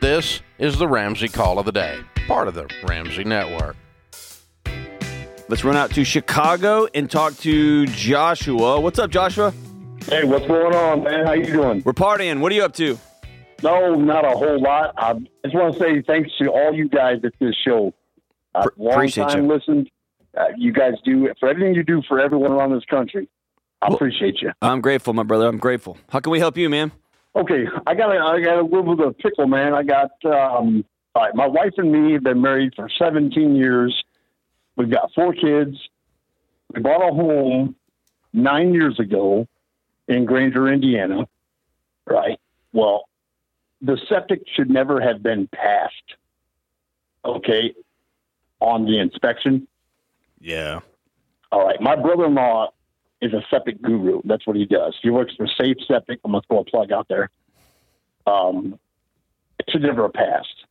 This is the Ramsey Call of the Day, part of the Ramsey Network. Let's run out to Chicago and talk to Joshua. What's up, Joshua? Hey, what's going on, man? How you doing? We're partying. What are you up to? No, not a whole lot. I just want to say thanks to all you guys at this show. Uh, Pr- long appreciate time you. listened. Uh, you guys do for everything you do for everyone around this country. I appreciate you. I'm grateful, my brother. I'm grateful. How can we help you, man? Okay, I got a, I got a little bit of pickle, man. I got um, all right, my wife and me have been married for 17 years. We've got four kids. We bought a home nine years ago in Granger, Indiana. Right. Well, the septic should never have been passed. Okay, on the inspection. Yeah. All right. My brother in law is a septic guru. That's what he does. He works for Safe Septic. I'm going to throw a plug out there. Um, it should never have passed,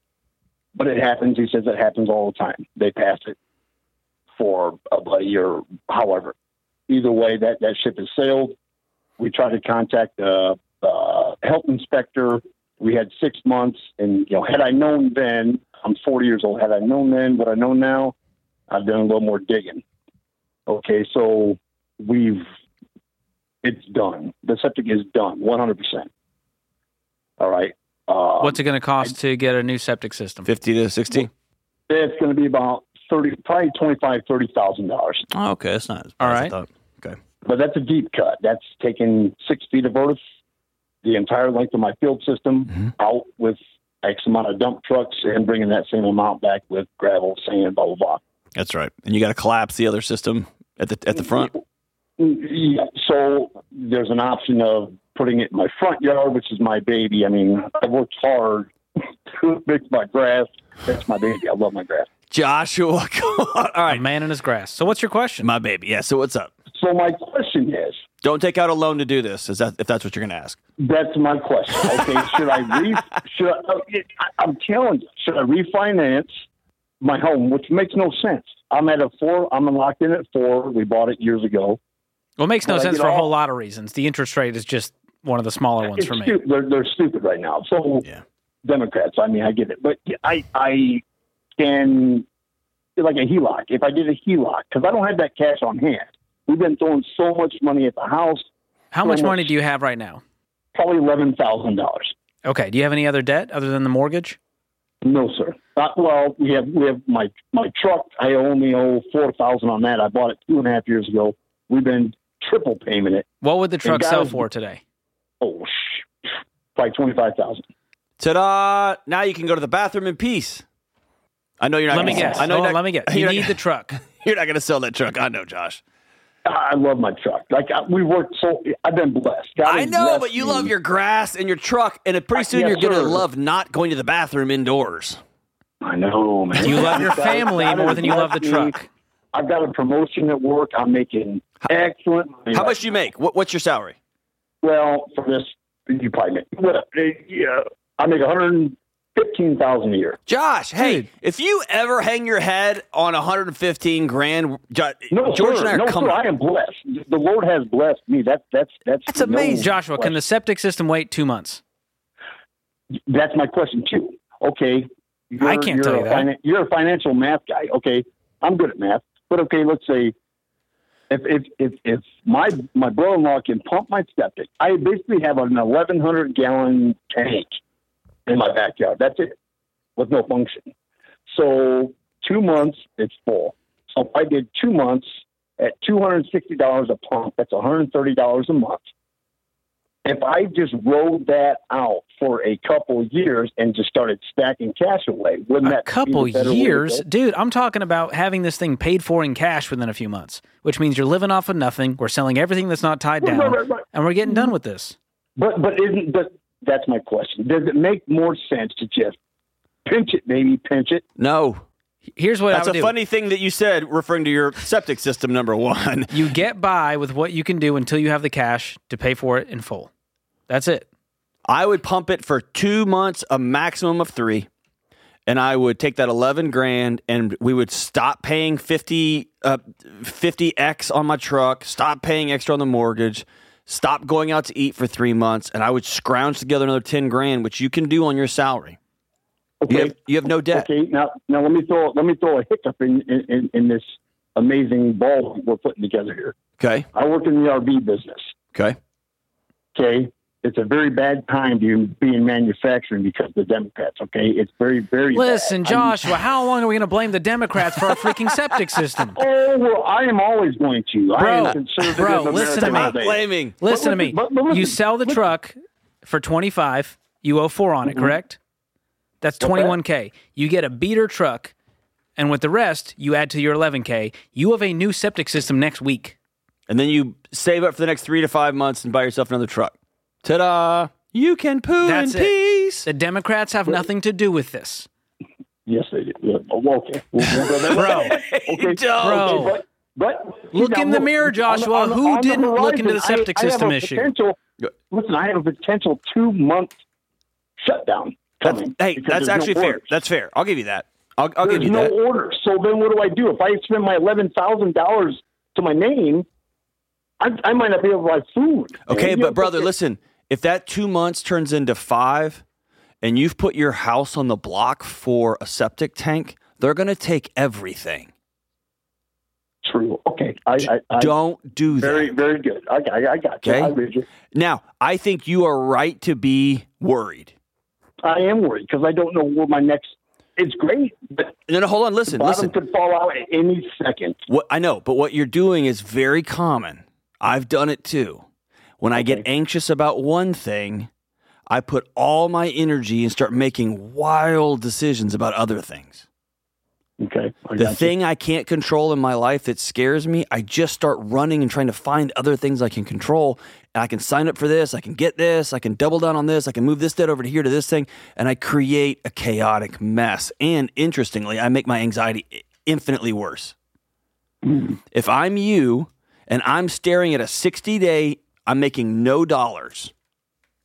but it happens. He says it happens all the time. They pass it for about a year, however. Either way, that, that ship has sailed. We tried to contact the uh, health inspector. We had six months, and you know, had I known then, I'm 40 years old. Had I known then what I know now, I've done a little more digging okay, so we've, it's done. The septic is done, 100%. All right. Uh, What's it going to cost to get a new septic system? 50 to 60? It's going to be about 30, probably 25, $30,000. Oh, okay. That's not as All as I right. thought. But that's a deep cut. That's taking six feet of vertice, the entire length of my field system Mhm. out with X amount of dump trucks and bringing that same amount back with gravel, sand, blah, blah, blah. That's right. And you got to collapse the other system at the at the front. Yeah, so there's an option of putting it in my front yard, which is my baby. I mean, I worked hard to fix my grass. That's my baby. I love my grass. Joshua, come on. All A right. man in his grass. So what's your question? My baby. Yeah. So what's up? So my question is, Don't take out a loan to do this. Is that if that's what you're going to ask? that's my question. Okay, should I re? Should I, oh, it- I? I'm telling you, should I refinance my home, which makes no sense. I'm at a four. I'm locked in at four. We bought it years ago. well, it makes no Well, sense you for a know- whole lot of reasons. The interest rate is just one of the smaller ones It's for me. stu- they're, they're stupid right now. So Yeah. Democrats. I mean, I get it, but I I can like a HELOC. If I did a HELOC, because I don't have that cash on hand. We've been throwing so much money at the house, How so much money much. do you have right now? probably eleven thousand dollars. Okay. Do you have any other debt other than the mortgage? No, sir. Not, well, we have we have my my truck. I only owe four thousand on that. I bought it two and a half years ago. We've been triple payment it. What would the truck guys- sell for today? Oh, sh- probably twenty five thousand. Ta-da! Now you can go to the bathroom in peace. I know you're not. Let me gonna, guess. I know Hold you're on, not, let me guess. You're You not, need the truck. you're not going to sell that truck. I know, Josh. I I love my truck. Like I, we worked so. I've been blessed. God I has know, blessed but you me. love your grass and your truck, and it- pretty I- soon yes, you're going to sir. love not going to the bathroom indoors. I know, man. You love your God- family God more has than you love the blessed me. truck. I've got a promotion at work. I'm making excellent. money How right much do you make? What, what's your salary? Well, for this, you probably make. Well, uh, yeah, I make one hundred fifteen thousand a year. Josh, hey, Dude. if you ever hang your head on 115 grand, Jo- No, George sir. and I are no, coming. sir. I am blessed. The Lord has blessed me. That that's that's That's no amazing. Joshua, can the septic system wait two months? that's my question too. Okay, you're, I can't you're tell a you that. finan- you're a financial math guy. Okay, I'm good at math, but okay, let's say if if if, if my my brother-in-law can pump my septic, I basically have an 1,100 gallon tank in my backyard. That's it, with no function. So two months, it's full. So if I did two months at $260 a pump, that's $130 a month if I just rolled that out for a couple of years and just started stacking cash away, wouldn't A that couple be the better way to years, go? dude. I'm talking about having this thing paid for in cash within a few months, which means you're living off of nothing. We're selling everything that's not tied Right, down, right, right. and we're getting done with this. But but isn't but that's my question. Does it make more sense to just pinch it, baby, pinch it? no. Here's what That's I a would do. funny thing that you said, referring to your septic system, number one. you get by with what you can do until you have the cash to pay for it in full. That's it. I would pump it for two months, a maximum of three, and I would take that eleven grand, and we would stop paying 50 fifty x on my truck, stop paying extra on the mortgage, stop going out to eat for three months, and I would scrounge together another ten grand, which you can do on your salary. Okay. You have, you have no debt. Okay, now now let me throw let me throw a hiccup in in- in, in this amazing ball we're putting together here. Okay. I work in the RV business. Okay. Okay, it's a very bad time to be in manufacturing because the Democrats. Okay, it's very very. Listen, bad. I mean- Joshua, how long are we going to blame the Democrats for our freaking septic system? oh well, I am always going to. I Bro, am conservative. bro, American listen to me. all day. Blaming. Listen to listen- me. but- but listen, Mm-hmm. you sell the truck for 25, you owe 4 on it, correct? That's 21k. You get a beater truck and with the rest, you add to your 11k. You have a new septic system next week. And then you save up for the next three to five months and buy yourself another truck. Ta da! You can poo That's in it. peace. The Democrats have nothing to do with this. Yes, they do. Yeah. Oh, okay, We'll- we'll go there. Bro. okay, Bro. Okay, but, but Look now, in the mirror, on Joshua. on Who on the didn't look into the horizon, septic I, I have system a issue? potential- Go- Listen, I have a potential two month shutdown. That's, coming hey, because that's there's no actually fair. orders. That's fair. I'll give you that. I'll, I'll give There's you no that. order. So then, what do I do if I spend my eleven thousand dollars to my name? I, I might not be able to buy food. Okay, And, you know, but brother, listen, if that two months turns into five and you've put your house on the block for a septic tank, they're going to take everything. True. Okay. I, I, I Don't do that. very very good. I, I, I got you. Okay. I read you. Now, I think you are right to be worried. I am worried because I don't know where my next. It's great, but No, no, hold on. Listen, bottom listen. could fall out at any second. What I know, but what you're doing is very common. I've done it too. When I get anxious about one thing, I put all my energy and start making wild decisions about other things. Okay. I The got you. thing I can't control in my life that scares me, I just start running and trying to find other things I can control. And I can sign up for this, I can get this, I can double down on this, I can move this debt over to here to this thing, and I create a chaotic mess. And interestingly, I make my anxiety i- infinitely worse. Mm. If I'm you and I'm staring at a 60 day, I'm making no dollars.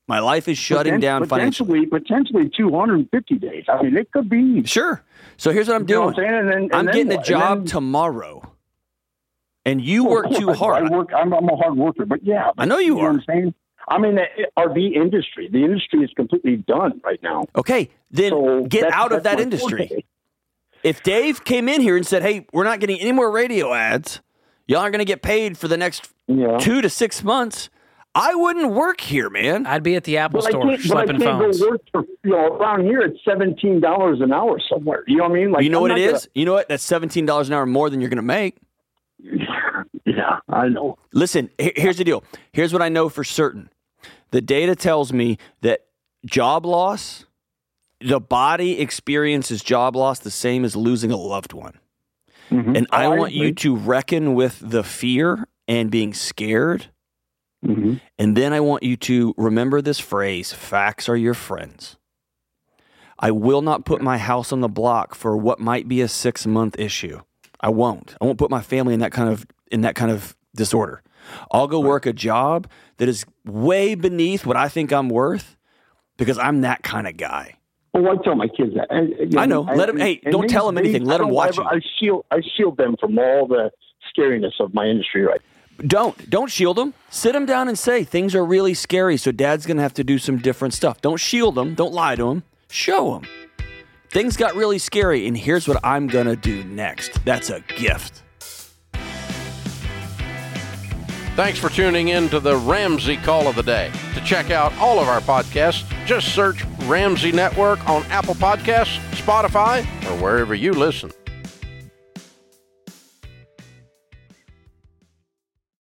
My life is shutting Potent- down financially. potentially, potentially 250 days. I mean, it could be. You Sure. So here's what I'm know doing. what I'm saying? And then, and I'm then getting a what? job And then- tomorrow, and you work too I- I hard. work. I'm, I'm a hard worker, but yeah, I know you Know are. what I'm saying. I'm in the RV industry. The industry is completely done right now. Okay, then So get that's- out of that's that my industry. forte. If Dave came in here and said, "Hey, we're not getting any more radio ads. Y'all aren't going to get paid for the next Yeah. two to six months," I wouldn't work here, man. I'd be at the Apple But I store can't, but I schlepping can't phones. go work for you know around here. It's seventeen dollars an hour somewhere. You know what I mean? Like you know I'm what it not is? You know what? That's seventeen dollars an hour more than you're going to make. gonna- yeah, I know. Listen, he- here's the deal. Here's what I know for certain. The data tells me that job loss, the body experiences job loss the same as losing a loved one. Mhm. And I I want you agree. to reckon with the fear and being scared. Mhm. And then I want you to remember this phrase facts are your friends. I will not put my house on the block for what might be a six month issue. I won't. I won't put my family in that kind of in that kind of disorder. I'll go work a job that is way beneath what I think I'm worth because I'm that kind of guy. Well, I tell my kids that. And, you I know. Let 'em- and- hey, and don't tell 'em anything. Let I 'em don't- watch I, you. I shield. I shield them from all the scariness of my industry. Right. Don't don't shield them. Sit them down and say things are really scary. So dad's gonna have to do some different stuff. Don't shield them. Don't lie to them. Show them. Things got really scary, and here's what I'm gonna do next. That's a gift. Thanks for tuning in to the Ramsey Call of the Day. To check out all of our podcasts, just search Ramsey Network on Apple Podcasts, Spotify, or wherever you listen.